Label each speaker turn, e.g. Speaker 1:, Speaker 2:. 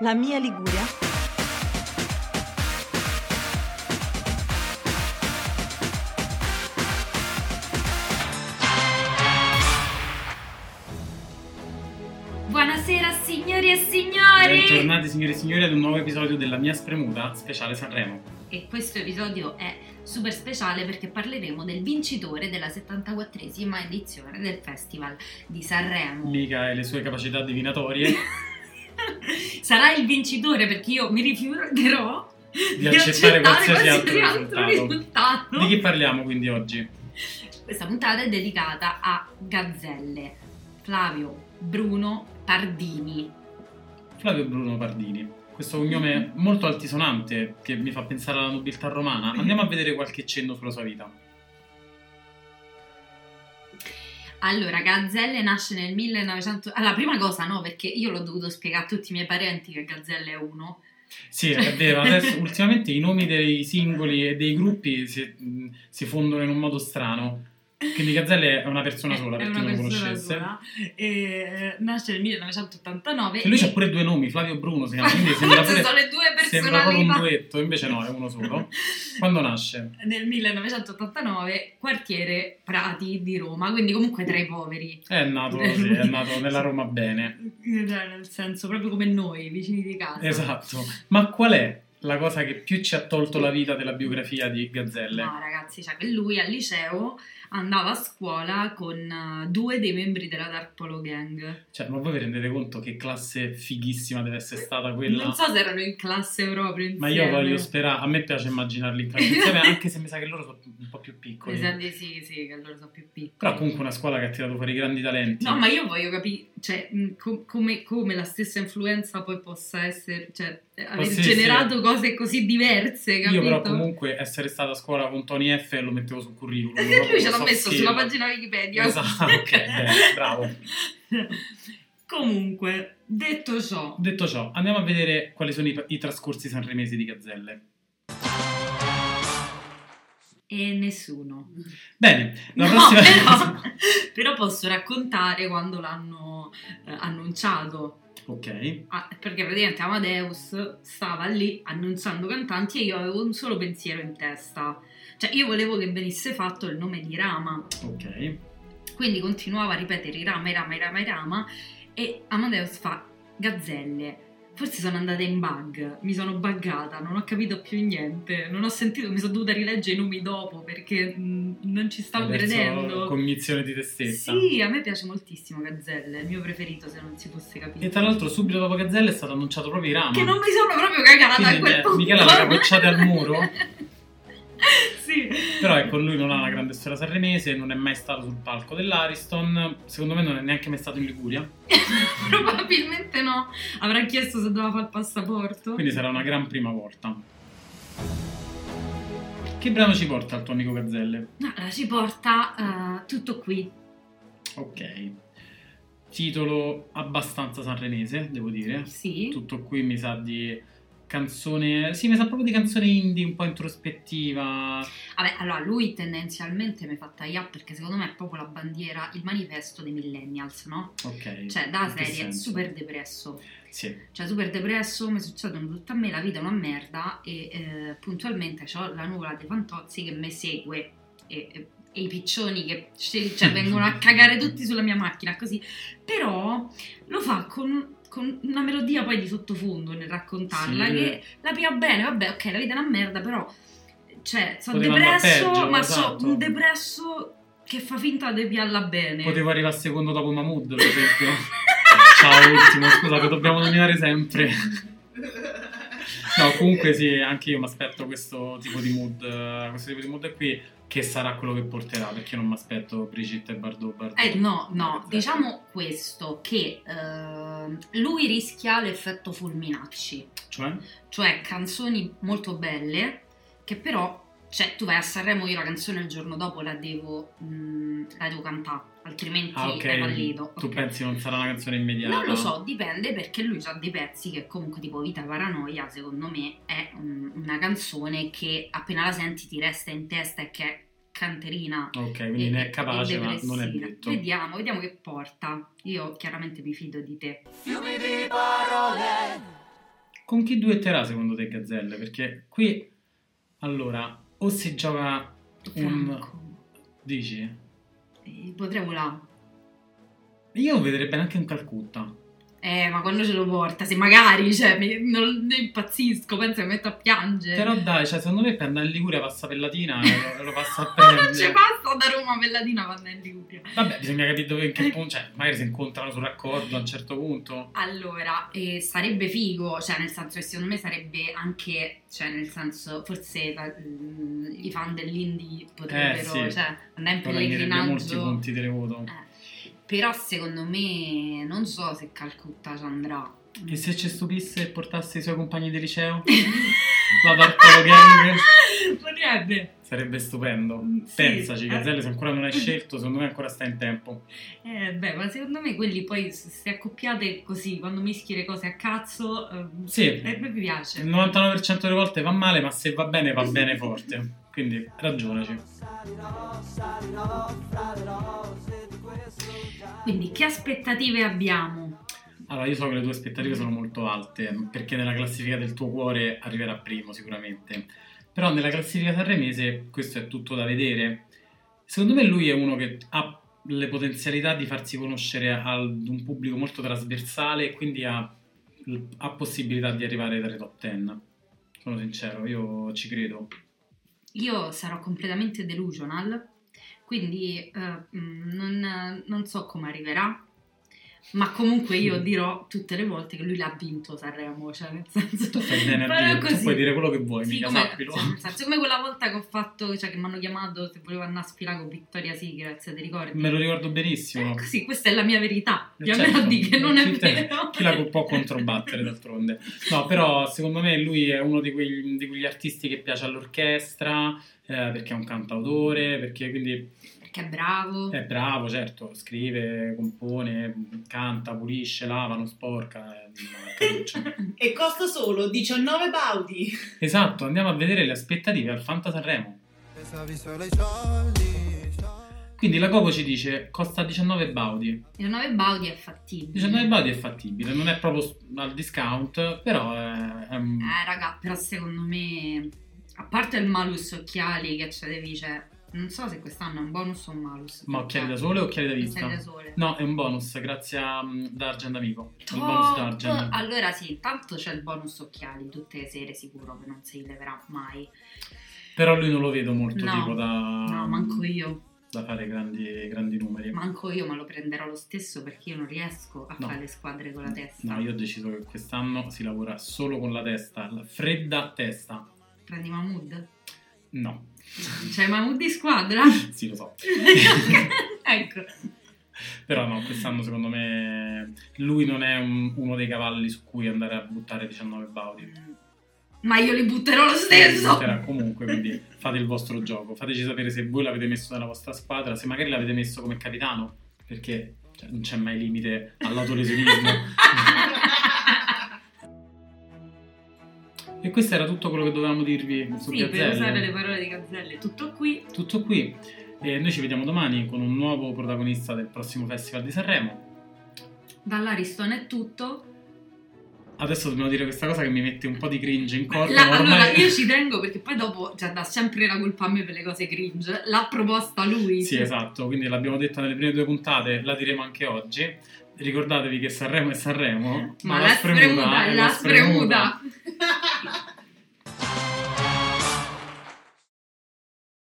Speaker 1: La mia Liguria.
Speaker 2: Buonasera signori e signori!
Speaker 3: Bentornati signore e signori ad un nuovo episodio della mia spremuta speciale Sanremo.
Speaker 2: E questo episodio è super speciale perché parleremo del vincitore della 74esima edizione del Festival di Sanremo.
Speaker 3: Mica e le sue capacità divinatorie
Speaker 2: Sarà il vincitore perché io mi rifiuterò
Speaker 3: di accettare qualsiasi altro
Speaker 2: altro
Speaker 3: risultato.
Speaker 2: risultato.
Speaker 3: Di chi parliamo quindi oggi?
Speaker 2: Questa puntata è dedicata a Gazzelle, Flavio Bruno Tardini.
Speaker 3: Flavio Bruno Pardini. Questo cognome molto altisonante che mi fa pensare alla nobiltà romana. Andiamo a vedere qualche cenno sulla sua vita.
Speaker 2: Allora, Gazzelle nasce nel 1900... Allora, prima cosa no, perché io l'ho dovuto spiegare a tutti i miei parenti che Gazzelle è uno.
Speaker 3: Sì, è vero, adesso ultimamente i nomi dei singoli e dei gruppi si, mh, si fondono in un modo strano. Quindi Gazzelle è una persona sola
Speaker 2: È
Speaker 3: per chi
Speaker 2: una
Speaker 3: non lo
Speaker 2: persona
Speaker 3: conoscesse.
Speaker 2: sola. E, eh, nasce nel 1989.
Speaker 3: E lui
Speaker 2: e-
Speaker 3: c'ha pure due nomi, Flavio e Bruno si chiama, quindi sembra
Speaker 2: Forse
Speaker 3: pure
Speaker 2: sono le due
Speaker 3: Sembra proprio un
Speaker 2: personalità.
Speaker 3: duetto, invece no, è uno solo. Quando nasce?
Speaker 2: Nel 1989, quartiere Prati di Roma, quindi comunque tra i poveri.
Speaker 3: È nato così, è nato nella Roma bene.
Speaker 2: Cioè, nel senso, proprio come noi, vicini di casa.
Speaker 3: Esatto. Ma qual è la cosa che più ci ha tolto la vita della biografia di Gazzelle?
Speaker 2: No, ragazzi, cioè che lui al liceo andava a scuola con eh, due dei membri della Tarpolo Gang.
Speaker 3: Cioè, ma voi vi rendete conto che classe fighissima deve essere stata quella?
Speaker 2: Non so se erano in classe proprio
Speaker 3: Ma
Speaker 2: insieme.
Speaker 3: io voglio sperare, a me piace immaginarli in classe insieme, anche se mi sa che loro sono un po' più
Speaker 2: Mi
Speaker 3: piccoli.
Speaker 2: sa di sì, sì, che allora sono più piccoli.
Speaker 3: Però Ah, comunque una scuola che ha tirato fuori grandi talenti.
Speaker 2: No, ma io voglio capire, cioè, mh, com- come, come la stessa influenza poi possa essere, cioè, eh, aver
Speaker 3: sì,
Speaker 2: generato cose così diverse, capito?
Speaker 3: Io però comunque essere stata a scuola con Tony F lo mettevo sul curriculum.
Speaker 2: E
Speaker 3: proprio
Speaker 2: lui ce l'ha
Speaker 3: soft
Speaker 2: messo
Speaker 3: skill.
Speaker 2: sulla pagina Wikipedia.
Speaker 3: Esatto, ok, bene, bravo.
Speaker 2: Comunque, detto ciò,
Speaker 3: Detto ciò, andiamo a vedere quali sono i, i trascorsi sanremesi di Gazzelle.
Speaker 2: e nessuno.
Speaker 3: Bene, la
Speaker 2: No,
Speaker 3: prossima...
Speaker 2: però, però posso raccontare quando l'hanno eh, annunciato.
Speaker 3: ok,
Speaker 2: Ah, perché praticamente Amadeus stava lì annunciando cantanti e io avevo un solo pensiero in testa. Cioè, io volevo che venisse fatto il nome di Rama.
Speaker 3: ok.
Speaker 2: Quindi continuava a ripetere i Rama, i Rama, i Rama, i Rama. E Amadeus fa gazzelle. Forse sono andata in bug, mi sono buggata, non ho capito più niente, non ho sentito, mi sono dovuta rileggere i nomi dopo perché mh, non ci stavo
Speaker 3: Hai perso
Speaker 2: credendo.
Speaker 3: Cognizione di te stessa.
Speaker 2: Sì, a me piace moltissimo Gazzelle, è il mio preferito se non si fosse capito.
Speaker 3: E tra l'altro subito dopo Gazzelle è stato annunciato proprio Irama.
Speaker 2: Che non mi sono proprio cagata
Speaker 3: Quindi,
Speaker 2: a quel
Speaker 3: eh,
Speaker 2: punto.
Speaker 3: Michela l'aveva bocciata al muro?
Speaker 2: sì.
Speaker 3: Però ecco, lui non ha una grande storia sanremese, non è mai stato sul palco dell'Ariston, secondo me non è neanche mai stato in Liguria,
Speaker 2: Probabilmente no. Avrà chiesto se doveva fare il passaporto.
Speaker 3: quindi sarà una gran prima volta. Che brano ci porta il tuo amico Gazzelle?
Speaker 2: No, allora ci porta eh, tutto qui.
Speaker 3: Ok. Titolo abbastanza sanremese, devo dire.
Speaker 2: Sì.
Speaker 3: Eh, Tutto qui mi sa di canzone. Sì, mi sa proprio di canzone indie, un po' introspettiva.
Speaker 2: Vabbè, allora lui tendenzialmente mi fa tagliare perché secondo me è proprio la bandiera, il manifesto dei millennials, no?
Speaker 3: Ok.
Speaker 2: Cioè, da
Speaker 3: In che
Speaker 2: serie
Speaker 3: senso?
Speaker 2: super depresso.
Speaker 3: Sì.
Speaker 2: cioè super depresso, mi succedono tutto a me, la vita è una merda e eh, puntualmente ho la nuvola dei Fantozzi che mi segue e, e- e i piccioni che scel- cioè, vengono a cagare tutti sulla mia macchina, così. Però lo fa con, con una melodia poi di sottofondo nel raccontarla
Speaker 3: Sì.
Speaker 2: che la pia bene, vabbè, ok, la vita è una merda, però cioè, sono
Speaker 3: Poteva andare
Speaker 2: depresso,
Speaker 3: peggio,
Speaker 2: ma
Speaker 3: esatto.
Speaker 2: sono un depresso che fa finta di pialla bene.
Speaker 3: Potevo arrivare secondo dopo Mahmood, per esempio. Ciao, ultimo, scusa, che dobbiamo nominare sempre. No, comunque sì, anche io mi aspetto questo tipo di mood, eh, questo tipo di mood qui, che sarà quello che porterà, perché io non mi aspetto Brigitte e Bardot. Bardot.
Speaker 2: Eh, no, no,
Speaker 3: Gazzelle.
Speaker 2: diciamo questo, che ehm, lui rischia l'effetto fulminacci,
Speaker 3: Cioè?
Speaker 2: cioè canzoni molto belle che però, cioè tu vai a Sanremo, io la canzone il giorno dopo la devo, mm, la devo cantare, altrimenti
Speaker 3: Ah, ok.
Speaker 2: è fallito.
Speaker 3: Tu
Speaker 2: ok.
Speaker 3: pensi non sarà una canzone immediata?
Speaker 2: Non lo so, dipende perché lui ha dei pezzi che comunque tipo Vita Paranoia, secondo me, è un- una canzone che appena la senti ti resta in testa e che è canterina
Speaker 3: Ok, quindi ne è
Speaker 2: e-
Speaker 3: capace,
Speaker 2: e
Speaker 3: ma non è
Speaker 2: depressiva.
Speaker 3: detto.
Speaker 2: Vediamo, vediamo che porta. Io chiaramente mi fido di te.
Speaker 4: Fiumi di parole
Speaker 3: Con chi duetterà secondo te Gazzelle? Perché qui, allora, o si gioca un...
Speaker 2: Franco.
Speaker 3: Dici?
Speaker 2: Eh, Potrei volare.
Speaker 3: Io vedrei bene anche un Calcutta.
Speaker 2: Eh, ma quando ce lo porta? Se magari, cioè, mi- non, ne impazzisco, penso che mi metto a piangere.
Speaker 3: Però dai, cioè, secondo me per andare in Liguria passa per Latina e lo, lo passa a
Speaker 2: non ci
Speaker 3: prendere.
Speaker 2: passa da Roma a Belladina quando è in Liguria.
Speaker 3: Vabbè, bisogna capire dove, in che punto, cioè, magari si incontrano sul raccordo a un certo punto.
Speaker 2: Allora, eh, sarebbe figo, cioè nel senso che secondo me sarebbe anche, cioè nel senso, forse la- mh, i fan dell'indie potrebbero,
Speaker 3: Eh, sì.
Speaker 2: cioè, andare in
Speaker 3: Però Prenderebbe molti
Speaker 2: pellegrinaggio.
Speaker 3: punti televoto.
Speaker 2: Eh, Però secondo me, non so se Calcutta ci andrà.
Speaker 3: E se ci stupisse e portasse i suoi compagni di liceo? La Bartolo Gang?
Speaker 2: Potrebbe.
Speaker 3: Sarebbe stupendo.
Speaker 2: Mm, Sì.
Speaker 3: Pensaci, Gazzelle, se ancora non hai scelto, secondo me ancora sta in tempo.
Speaker 2: Eh, beh, ma secondo me quelli poi, se se accoppiate così, quando mischi le cose a cazzo, eh,
Speaker 3: Sì,
Speaker 2: eh, mi piace.
Speaker 3: il 99% delle volte va male, ma se va bene, va bene forte. Quindi ragionaci.
Speaker 2: Quindi, che aspettative abbiamo?
Speaker 3: Allora, io so che le tue aspettative sono molto alte, perché nella classifica del tuo cuore arriverà primo sicuramente. Però nella classifica sanremese questo è tutto da vedere. Secondo me lui è uno che ha le potenzialità di farsi conoscere ad un pubblico molto trasversale e quindi ha, ha possibilità di arrivare tra i top 10. Sono sincero, io ci credo.
Speaker 2: Io sarò completamente delusional, quindi eh, mh, non, non so come arriverà, ma comunque io dirò tutte le volte che lui l'ha vinto Sanremo, cioè nel senso...
Speaker 3: Tu fai bene a
Speaker 2: Però
Speaker 3: dire,
Speaker 2: è
Speaker 3: tu
Speaker 2: così.
Speaker 3: puoi dire quello che vuoi,
Speaker 2: Sì,
Speaker 3: mica
Speaker 2: come,
Speaker 3: sappilo.
Speaker 2: sì, nel senso, come quella volta che ho fatto, cioè che mi hanno chiamato se volevo andare a sfilare con Vittoria Sigraz, ti ricordi?
Speaker 3: Me lo ricordo benissimo.
Speaker 2: Eh, Così, questa è la mia verità,
Speaker 3: Eh,
Speaker 2: di
Speaker 3: certo.
Speaker 2: almeno di che non è
Speaker 3: Chi te-
Speaker 2: vero.
Speaker 3: chi la può controbattere d'altronde. No, però secondo me lui è uno di quegli, di quegli artisti che piace all'orchestra, eh, perché è un cantautore, perché quindi
Speaker 2: Perché è bravo.
Speaker 3: è bravo, certo, scrive, compone, canta, pulisce, lava, non sporca. eh, una caruccia.
Speaker 1: E costa solo 19 baudi.
Speaker 3: esatto, andiamo a vedere le aspettative al Fanta Sanremo.
Speaker 4: Pensavi solo ai soldi, soldi.
Speaker 3: Quindi la Coco ci dice costa 19 baudi.
Speaker 2: 19 Baudi è fattibile.
Speaker 3: 19 baudi è fattibile, non è proprio s- al discount, però è, è un-
Speaker 2: Eh, raga, però secondo me, a parte il malus occhiali che c'è devi, cioè, non so se quest'anno è un bonus o un malus.
Speaker 3: Ma occhiali da sole o occhiali da vista?
Speaker 2: Occhiali da sole.
Speaker 3: No, è un bonus, grazie a mm, Dargen Amico. Il bonus
Speaker 2: Top!
Speaker 3: Dargen.
Speaker 2: Allora sì, intanto c'è il bonus occhiali tutte le sere sicuro che non si leverà mai.
Speaker 3: Però lui non lo vedo molto
Speaker 2: No,
Speaker 3: tipo da...
Speaker 2: No, manco io,
Speaker 3: Da fare grandi, grandi numeri.
Speaker 2: manco io, ma lo prenderò lo stesso perché io non riesco a
Speaker 3: No.
Speaker 2: fare le squadre con la testa.
Speaker 3: No, io ho deciso che quest'anno si lavora solo con la testa, la fredda testa.
Speaker 2: Prendi Mahmood?
Speaker 3: No,
Speaker 2: C'è Mahmood di squadra?
Speaker 3: sì lo so.
Speaker 2: ecco.
Speaker 3: Però no, quest'anno secondo me lui non è un- uno dei cavalli su cui andare a buttare 19 baudi.
Speaker 2: Ma io li butterò lo stesso!
Speaker 3: Esisterà comunque, quindi fate il vostro gioco. Fateci sapere se voi l'avete messo nella vostra squadra, se magari l'avete messo come capitano, perché cioè, non c'è mai limite all'autolesionismo. e questo era tutto quello che dovevamo dirvi su
Speaker 2: sì, per usare le
Speaker 3: Gazzelle.
Speaker 2: parole di Gazzelle, tutto qui.
Speaker 3: Tutto qui. E noi ci vediamo domani con un nuovo protagonista del prossimo Festival di Sanremo.
Speaker 2: Dall'Ariston è tutto.
Speaker 3: Adesso dobbiamo dire questa cosa che mi mette un po' di cringe in corpo.
Speaker 2: La-
Speaker 3: ma ormai-
Speaker 2: Allora, io ci tengo perché poi dopo cioè, dà sempre la colpa a me per le cose cringe. L'ha proposta lui.
Speaker 3: Sì, esatto, quindi l'abbiamo detta nelle prime due puntate, la diremo anche oggi. Ricordatevi che Sanremo è Sanremo,
Speaker 2: Ma la spremuta,
Speaker 3: è
Speaker 2: la
Speaker 3: la eh, spremuta.
Speaker 2: spremuta.